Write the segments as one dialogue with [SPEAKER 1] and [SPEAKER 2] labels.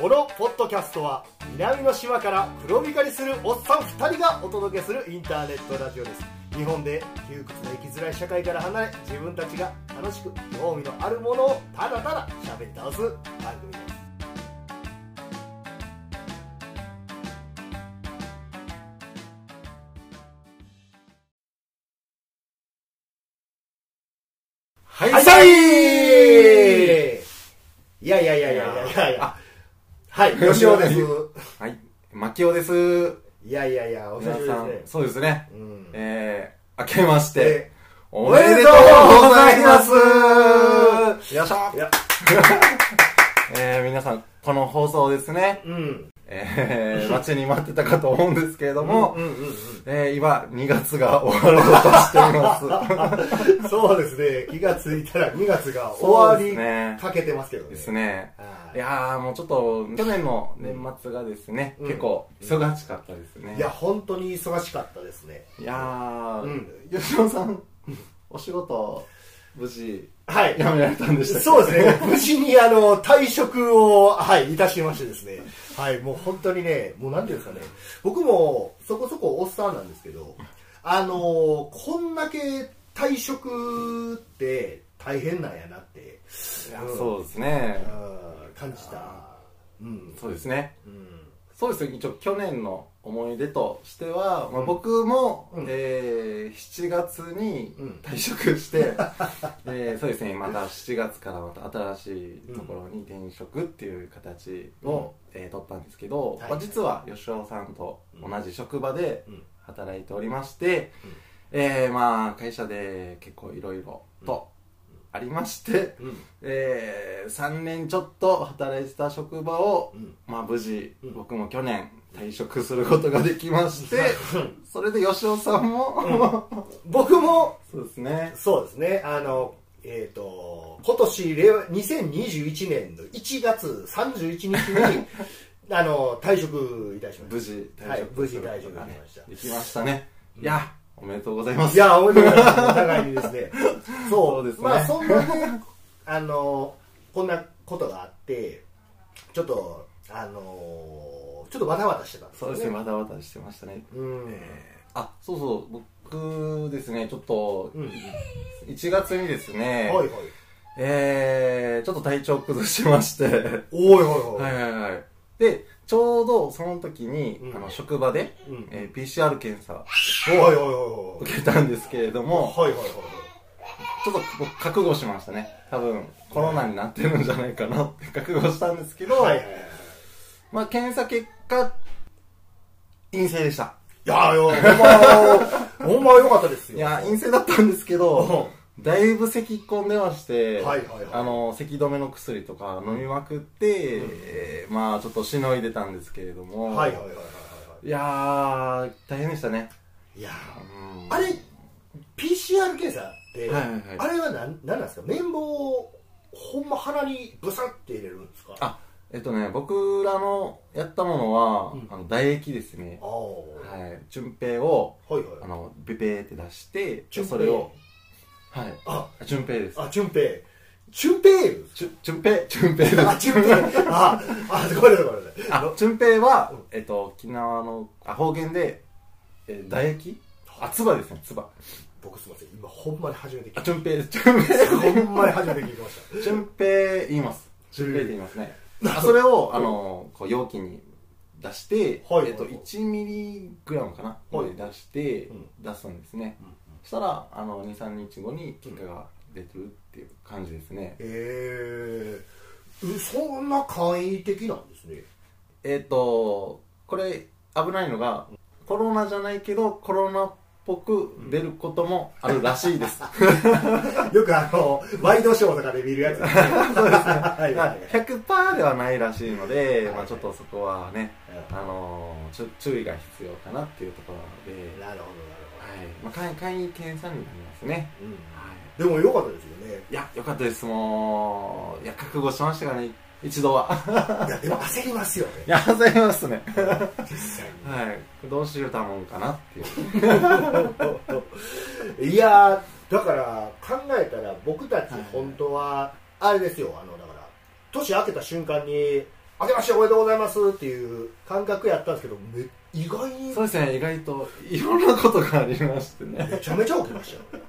[SPEAKER 1] このポッドキャストは南の島から黒光りするおっさん2人がお届けするインターネットラジオです日本で窮屈な生きづらい社会から離れ自分たちが楽しく興味のあるものをただただ喋り倒す番組ですはい
[SPEAKER 2] はい
[SPEAKER 1] さい
[SPEAKER 2] いやいや
[SPEAKER 1] いや
[SPEAKER 2] いやい
[SPEAKER 1] いや
[SPEAKER 2] や
[SPEAKER 1] い
[SPEAKER 2] いや。
[SPEAKER 1] やいやはい
[SPEAKER 2] 吉尾です
[SPEAKER 1] い
[SPEAKER 2] はい。マキオです。
[SPEAKER 1] やいやいやお久し
[SPEAKER 2] 皆
[SPEAKER 1] ぶり
[SPEAKER 2] さん
[SPEAKER 1] で、すね
[SPEAKER 2] そうですね。
[SPEAKER 1] うん
[SPEAKER 2] えー、明けまして
[SPEAKER 1] で、
[SPEAKER 2] おめでとうございますよっしゃ
[SPEAKER 1] いや
[SPEAKER 2] えー、皆さん、この放送ですね、
[SPEAKER 1] うん
[SPEAKER 2] えー、待ちに待ってたかと思うんですけれども、
[SPEAKER 1] うんうんうん
[SPEAKER 2] えー、今、2月が終わろうとしてい ます。
[SPEAKER 1] うんそうですね気がついたら2月が終わ
[SPEAKER 2] そうです
[SPEAKER 1] り
[SPEAKER 2] ね。
[SPEAKER 1] かけてますけどね
[SPEAKER 2] ですね。
[SPEAKER 1] はい
[SPEAKER 2] いやー、もうちょっと、去年の年末がですね、
[SPEAKER 1] うん
[SPEAKER 2] 結構忙しかったですね。
[SPEAKER 1] いや本当に忙しかったですね
[SPEAKER 2] いやー、
[SPEAKER 1] うん
[SPEAKER 2] 吉野さん、お仕事、無事、
[SPEAKER 1] はい
[SPEAKER 2] 辞められたんでしたっけ
[SPEAKER 1] そうですね無事にあの退職をはいいたしましてですねはいもう本当にねもうなんていうんですかね僕もそこそこおっさんなんですけどあのこんだけ退職って大変なんやなって
[SPEAKER 2] いやそうですね。
[SPEAKER 1] あー感じたうん
[SPEAKER 2] そうですね。
[SPEAKER 1] うん
[SPEAKER 2] そうですね。一応、去年の思い出としては、まあ、僕も、
[SPEAKER 1] うん
[SPEAKER 2] えー、7月に
[SPEAKER 1] うん
[SPEAKER 2] 退 職して、えーそうですね、また7月からまた新しいところに転職っていう形を、えー取ったんですけど、
[SPEAKER 1] はい
[SPEAKER 2] まあ、実は吉尾さんと同じ職場で、
[SPEAKER 1] うん
[SPEAKER 2] 働いておりまして、
[SPEAKER 1] うん
[SPEAKER 2] えーまあ会社で結構いろいろとありまして、
[SPEAKER 1] うん
[SPEAKER 2] えー、3年ちょっと働いてた職場を、
[SPEAKER 1] う ん
[SPEAKER 2] まあ無事、
[SPEAKER 1] うん
[SPEAKER 2] 僕も去年退職することができまして、それで吉尾さんも、
[SPEAKER 1] 僕も
[SPEAKER 2] そうですね
[SPEAKER 1] そうですねあのえっ、と今年令和2021年の1月31日 にあの退職いたしま
[SPEAKER 2] 無
[SPEAKER 1] し
[SPEAKER 2] 事
[SPEAKER 1] たはい無事退職できました
[SPEAKER 2] できましたね、いやおめでとうございま
[SPEAKER 1] い
[SPEAKER 2] す
[SPEAKER 1] やおめでとうございますお互いにです ねそう
[SPEAKER 2] そうですね
[SPEAKER 1] まあそんなねあのこんなことがあってちょっとあのちょっとバタバタしてたんです
[SPEAKER 2] そう
[SPEAKER 1] よ
[SPEAKER 2] ですねまたまたしてましたね、
[SPEAKER 1] うん、
[SPEAKER 2] えーあそうそう僕ですねちょっと
[SPEAKER 1] うん、
[SPEAKER 2] 1月にですね、
[SPEAKER 1] はいはい
[SPEAKER 2] えー、ちょっと体調崩しまして、
[SPEAKER 1] おいおいおい、
[SPEAKER 2] はいはいはい。で、ちょうどその時に、
[SPEAKER 1] うん
[SPEAKER 2] あの、職場で、
[SPEAKER 1] うん
[SPEAKER 2] えー PCR 検査
[SPEAKER 1] おいおいおいおい
[SPEAKER 2] 受けたんですけれども、
[SPEAKER 1] はいはいはい
[SPEAKER 2] ちょっと僕覚悟しましたね。多分、コロナになってるんじゃないかなって覚悟したんですけど、
[SPEAKER 1] はいはいはいはい
[SPEAKER 2] まあ、検査結果、陰性でした。
[SPEAKER 1] いやいや、ほんま、ほんま良かったですよ。
[SPEAKER 2] いや、陰性だったんですけど、だいぶ咳込んでまして、
[SPEAKER 1] はいはいはい
[SPEAKER 2] あの、咳止めの薬とか飲みまくって、
[SPEAKER 1] うん
[SPEAKER 2] えーまあ、ちょっとしのいでたんですけれども、
[SPEAKER 1] はいはいはいはいはい
[SPEAKER 2] やー、大変でしたね。
[SPEAKER 1] い。いや
[SPEAKER 2] うん
[SPEAKER 1] あれ、PCR 検査って、
[SPEAKER 2] はいはいはい
[SPEAKER 1] あれはなん、なんなんですか綿棒を、ほんま鼻にブサって入れるんですか
[SPEAKER 2] あえっとね、僕らのやったものは、
[SPEAKER 1] うん
[SPEAKER 2] あの唾液ですね。
[SPEAKER 1] あーは
[SPEAKER 2] はい。純平を、
[SPEAKER 1] いはい。
[SPEAKER 2] あの、ベベーって出して、
[SPEAKER 1] 順平
[SPEAKER 2] それを、はい。
[SPEAKER 1] あ、
[SPEAKER 2] あ純平です。
[SPEAKER 1] あ、順平。順平言うんです
[SPEAKER 2] ちゅ純平、純平です。
[SPEAKER 1] かあ、順平。あ、あ、ごめんなさいごめんなさい。
[SPEAKER 2] あ、純平は
[SPEAKER 1] うん、
[SPEAKER 2] えっと、沖縄の、あ、方言で、えー、唾液あ、唾ですね、唾。
[SPEAKER 1] 僕すいません。今、ほんまに初めて聞い
[SPEAKER 2] あ、純平です。純平。
[SPEAKER 1] た。ほんまに初めて聞きました。
[SPEAKER 2] 純平言います。純平って言いますね。あそれを、あの、こう容器に出して、
[SPEAKER 1] はい
[SPEAKER 2] えっと、1ミリグラムかな、
[SPEAKER 1] はい
[SPEAKER 2] で出して
[SPEAKER 1] うん、
[SPEAKER 2] 出すんですね。
[SPEAKER 1] うんうん
[SPEAKER 2] そしたら、あの、2、3日後に結果が出てるっていう感じですね。
[SPEAKER 1] えー、うそんな簡易的なんですね。
[SPEAKER 2] えっと、これ、危ないのが、コロナじゃないけど、コロナっぽく出ることもあるらしいです。
[SPEAKER 1] よくあの、ワイドショーとかで見る やつですね。はいはいはい
[SPEAKER 2] 100%ではないらしいので、まあ、ちょっとそこはね、
[SPEAKER 1] うん
[SPEAKER 2] あのちょ注意が必要かなっていうところなので、
[SPEAKER 1] なるほど、なる
[SPEAKER 2] はいまあ、簡易簡易検査になりますね、
[SPEAKER 1] ほど。うん
[SPEAKER 2] はい、
[SPEAKER 1] でも良かったですよね。
[SPEAKER 2] いやよかったですもういや覚悟しましたからね一度は
[SPEAKER 1] いや、でも焦りますよね。
[SPEAKER 2] いやございますね
[SPEAKER 1] 実際
[SPEAKER 2] はいどうしようたもんかなっていう
[SPEAKER 1] に。いやー、だから考えたら僕たち
[SPEAKER 2] はい
[SPEAKER 1] 本当は、あれですよ、あの、だから、年明けた瞬間に、明けましておめでとうございますっていう感覚やったんですけどめ意外に
[SPEAKER 2] そうですね意外といろんなことがありましてね
[SPEAKER 1] めちゃめちゃ起きましたよ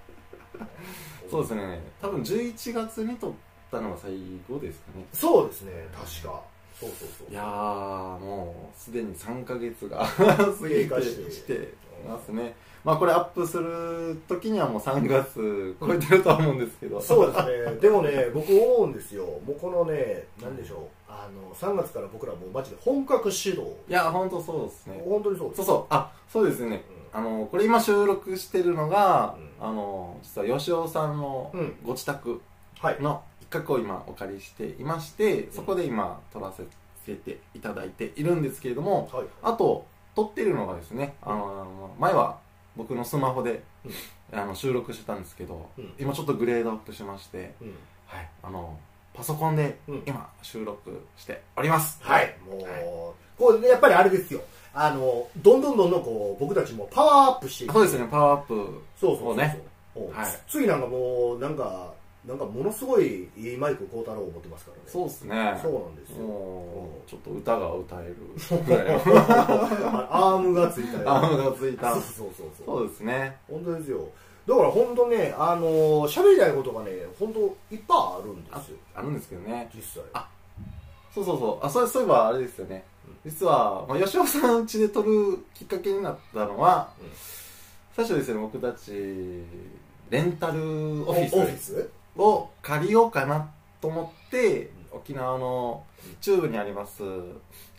[SPEAKER 2] そうですね多分11月に撮ったのが最後ですかね
[SPEAKER 1] そうですね確かそうそうそう
[SPEAKER 2] いやーもうすでに3ヶ月が 過
[SPEAKER 1] 経
[SPEAKER 2] ぎ
[SPEAKER 1] 過
[SPEAKER 2] て
[SPEAKER 1] して
[SPEAKER 2] してますねまあこれアップする時にはもう3月超えてるとは思うんですけど
[SPEAKER 1] そうです ねでもね僕思うんですよもうこのね何でしょうあの3月から僕らもうマジで本格指導
[SPEAKER 2] いや本当そうですね
[SPEAKER 1] 本当にそうです
[SPEAKER 2] そうそうあそうですねあのこれ今収録してるのが、あの実は吉尾さんの
[SPEAKER 1] うん
[SPEAKER 2] ご自宅
[SPEAKER 1] はい
[SPEAKER 2] の一角を今お借りしていまして、そこで今撮らせていただいているんですけれども
[SPEAKER 1] はい
[SPEAKER 2] あと撮ってるのがですねあの前は僕のスマホで、あの収録してたんですけど、
[SPEAKER 1] うん
[SPEAKER 2] 今ちょっとグレードアップしまして、
[SPEAKER 1] うん
[SPEAKER 2] はい、あのパソコンで
[SPEAKER 1] うん
[SPEAKER 2] 今収録しております、
[SPEAKER 1] はいもう、こうやっぱりあれですよあのどんどんどんどんこう僕たちもパワーアップしていく
[SPEAKER 2] そうですねパワーアップ
[SPEAKER 1] そうそうそうそう
[SPEAKER 2] をね
[SPEAKER 1] お
[SPEAKER 2] はい
[SPEAKER 1] 次なんかもうなんかなんかものすごいいいマイク孝太郎を持ってますからね
[SPEAKER 2] そうですね
[SPEAKER 1] そうなんです よ
[SPEAKER 2] も
[SPEAKER 1] うん
[SPEAKER 2] うちょっと歌が歌えるぐらいの
[SPEAKER 1] あアームがついたよ
[SPEAKER 2] アームがついた
[SPEAKER 1] そうそうそうそう
[SPEAKER 2] そうですね
[SPEAKER 1] 本当ですよだから本当ねあのー喋りたいことがね本当いっぱいあるんで
[SPEAKER 2] あ
[SPEAKER 1] すよ
[SPEAKER 2] あるんですけどね
[SPEAKER 1] 実際
[SPEAKER 2] あそうそうそうあそうそういえばあれですよね実は、まあ、吉尾さん家で撮るきっかけになったのは、
[SPEAKER 1] うん
[SPEAKER 2] 最初ですね僕たちレンタルオフィ
[SPEAKER 1] オフィ
[SPEAKER 2] ス
[SPEAKER 1] ス
[SPEAKER 2] を借りようかなと思っ
[SPEAKER 1] う
[SPEAKER 2] て
[SPEAKER 1] ん
[SPEAKER 2] 沖縄の
[SPEAKER 1] うん
[SPEAKER 2] 中部にあります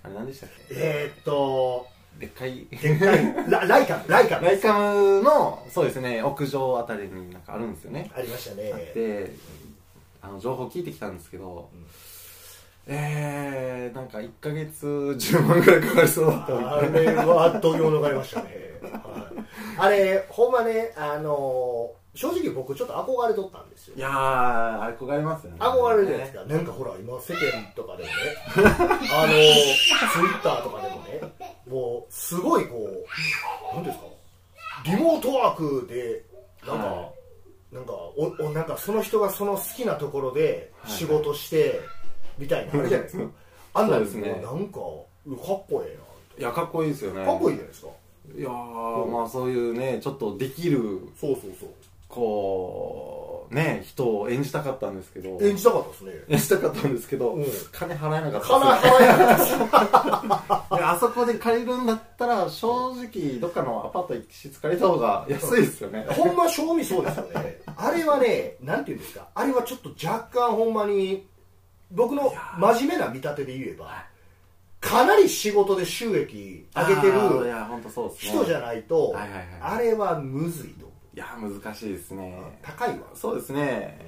[SPEAKER 2] あれ何でしたっけ
[SPEAKER 1] えー、っと
[SPEAKER 2] でっかい
[SPEAKER 1] でっかいラライカライカ
[SPEAKER 2] ライカムのそうですね屋上あたりになんかあるんですよね
[SPEAKER 1] ありました
[SPEAKER 2] あっ
[SPEAKER 1] ね
[SPEAKER 2] てあの情報聞いてきたんですけど、
[SPEAKER 1] うん
[SPEAKER 2] えー、なんか1ヶ月10万ぐらいかかりそうだったみ
[SPEAKER 1] あ
[SPEAKER 2] たいな
[SPEAKER 1] れは度胸逃れましたね、はいあれほんまねあのー正直僕ちょっと憧れとったんですよ
[SPEAKER 2] いやー憧れますよね
[SPEAKER 1] 憧れるじゃないですか、なんかほら今世間と かでもねあのツイッターとかでもねもうすごいこう何ですかリモートワークでなんか、
[SPEAKER 2] は
[SPEAKER 1] なんかおおなんかその人がその好きなところで
[SPEAKER 2] はい
[SPEAKER 1] 仕事してみたいなのあるじゃない ですか、あんなん
[SPEAKER 2] そうですね
[SPEAKER 1] もうなんかうわかっこえ
[SPEAKER 2] いやかっこいいですよ
[SPEAKER 1] え
[SPEAKER 2] ね
[SPEAKER 1] なかっこいいじゃないですか
[SPEAKER 2] いやーまあそういうねちょっとできる
[SPEAKER 1] そうそうそう
[SPEAKER 2] こうね人を演じたかったんですけど
[SPEAKER 1] 演じたかったですね。
[SPEAKER 2] 演じたかったんですけど、
[SPEAKER 1] うん
[SPEAKER 2] 金払えなかったです
[SPEAKER 1] かなか
[SPEAKER 2] であそこで借りるんだったら正直どっかのアパート一室借りた方が安いですよね
[SPEAKER 1] や、ほんま賞味そうですよね。あれはね、なんていうんですか、あれはちょっと若干ほんまに、僕の真面目な見立てで言えば、かなり仕事で収益上げて
[SPEAKER 2] あーい
[SPEAKER 1] る
[SPEAKER 2] や本当そうですね
[SPEAKER 1] 人じゃないと、
[SPEAKER 2] はいはいはい
[SPEAKER 1] あれはむずいと思う。
[SPEAKER 2] いや難しいですね
[SPEAKER 1] 高いわ。
[SPEAKER 2] そうですね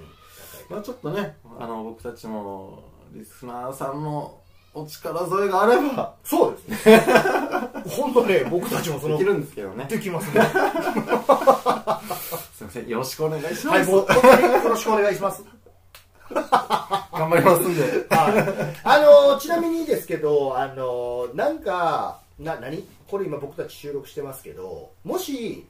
[SPEAKER 1] 高い
[SPEAKER 2] まあちょっとねあの僕たちもリスナーさんのお力添えがあれば
[SPEAKER 1] そうですね。 ほんとね、僕たちもそ
[SPEAKER 2] で
[SPEAKER 1] の
[SPEAKER 2] き、るんですけどね
[SPEAKER 1] できます ね。は
[SPEAKER 2] すいませんよろしくお願いします、
[SPEAKER 1] い、もう、本当によろしくお願いします。
[SPEAKER 2] 頑張りますんで
[SPEAKER 1] はいあのちなみにですけど、あのなんか、な、何これ今僕たち収録してますけど、もし、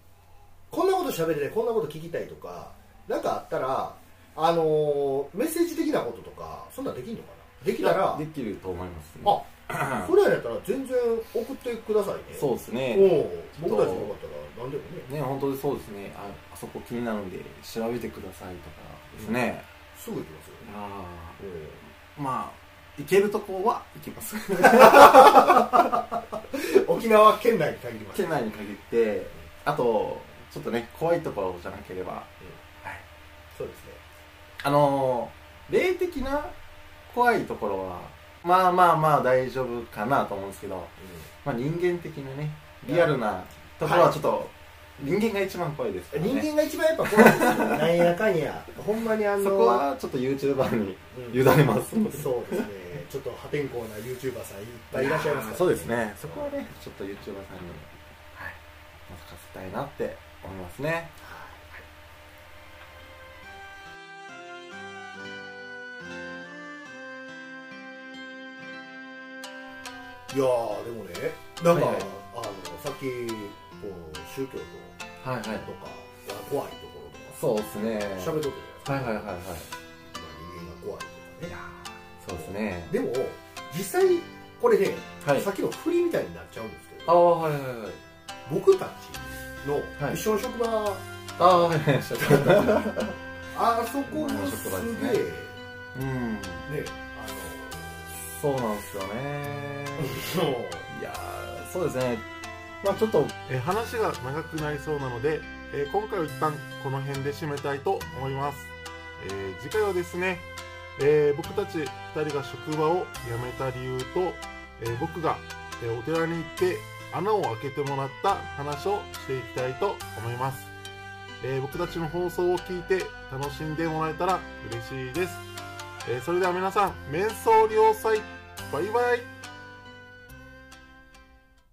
[SPEAKER 1] こんなこと喋りたい、こんなこと聞きたいとか、なんかあったら、あのメッセージ的なこととか、そんなんできんのかなできたら
[SPEAKER 2] で、きると思いますね
[SPEAKER 1] あ、それやったら全然送ってくださいね。
[SPEAKER 2] そうですね
[SPEAKER 1] おう僕たちもよかったら、なんでもね。
[SPEAKER 2] ね本当にそうですねああそこ気になるんで調べてくださいとかですね、
[SPEAKER 1] すぐ行きますよね。
[SPEAKER 2] あ
[SPEAKER 1] おう
[SPEAKER 2] あまあ行けるとこは行きます
[SPEAKER 1] 沖縄県内に限ります。
[SPEAKER 2] 県内に限ってあとちょっとね怖いところじゃなければ
[SPEAKER 1] そうですね。
[SPEAKER 2] あのー霊的な怖いところはまあまあまあ大丈夫かなと思うんですけど、まあ、人間的なねリアルなところはちょっと、人間が一番怖いですからね
[SPEAKER 1] 人間が一番やっぱ怖いですよ。なんやかんや。ほんまにあの
[SPEAKER 2] そこはちょっと YouTuber に
[SPEAKER 1] うん
[SPEAKER 2] 委ねますので、
[SPEAKER 1] そうですね、ちょっと破天荒な YouTuber さんいっぱいいらっしゃいますから、
[SPEAKER 2] そうですねそこはねちょっと YouTuber さんにはい任せたいなって思いますね
[SPEAKER 1] いやー、でもね、なんか、
[SPEAKER 2] はいはい
[SPEAKER 1] あのさっきこう、宗教
[SPEAKER 2] はいはい
[SPEAKER 1] とか、怖いとこ
[SPEAKER 2] そうですね
[SPEAKER 1] ろとか、喋っとくじゃないですか、
[SPEAKER 2] はいはいはいはい
[SPEAKER 1] まあ人間が怖いとか
[SPEAKER 2] い
[SPEAKER 1] ね
[SPEAKER 2] や。ーそうですね
[SPEAKER 1] でも、実際これね、
[SPEAKER 2] はい
[SPEAKER 1] さっきの振りみたいになっちゃうんですけ
[SPEAKER 2] あ
[SPEAKER 1] ど
[SPEAKER 2] あはいはいはい
[SPEAKER 1] 僕たちの
[SPEAKER 2] はい
[SPEAKER 1] 一緒の職場、
[SPEAKER 2] ああはい はい
[SPEAKER 1] あそこがす
[SPEAKER 2] 職場です
[SPEAKER 1] げ
[SPEAKER 2] ね
[SPEAKER 1] え
[SPEAKER 2] うん
[SPEAKER 1] ね
[SPEAKER 2] そうなんですよね
[SPEAKER 1] あの
[SPEAKER 2] いやーそうですねまあちょっと
[SPEAKER 3] えー話が長くなりそうなので、えー今回は一旦この辺で締めたいと思います、えー次回はですね、えー僕たち2人が職場を辞めた理由と、えー僕が、えーお寺に行って穴を開けてもらった話をしていきたいと思います、えー僕たちの放送を聞いて楽しんでもらえたら嬉しいです、えーそれでは皆さん面相良祭バイバイ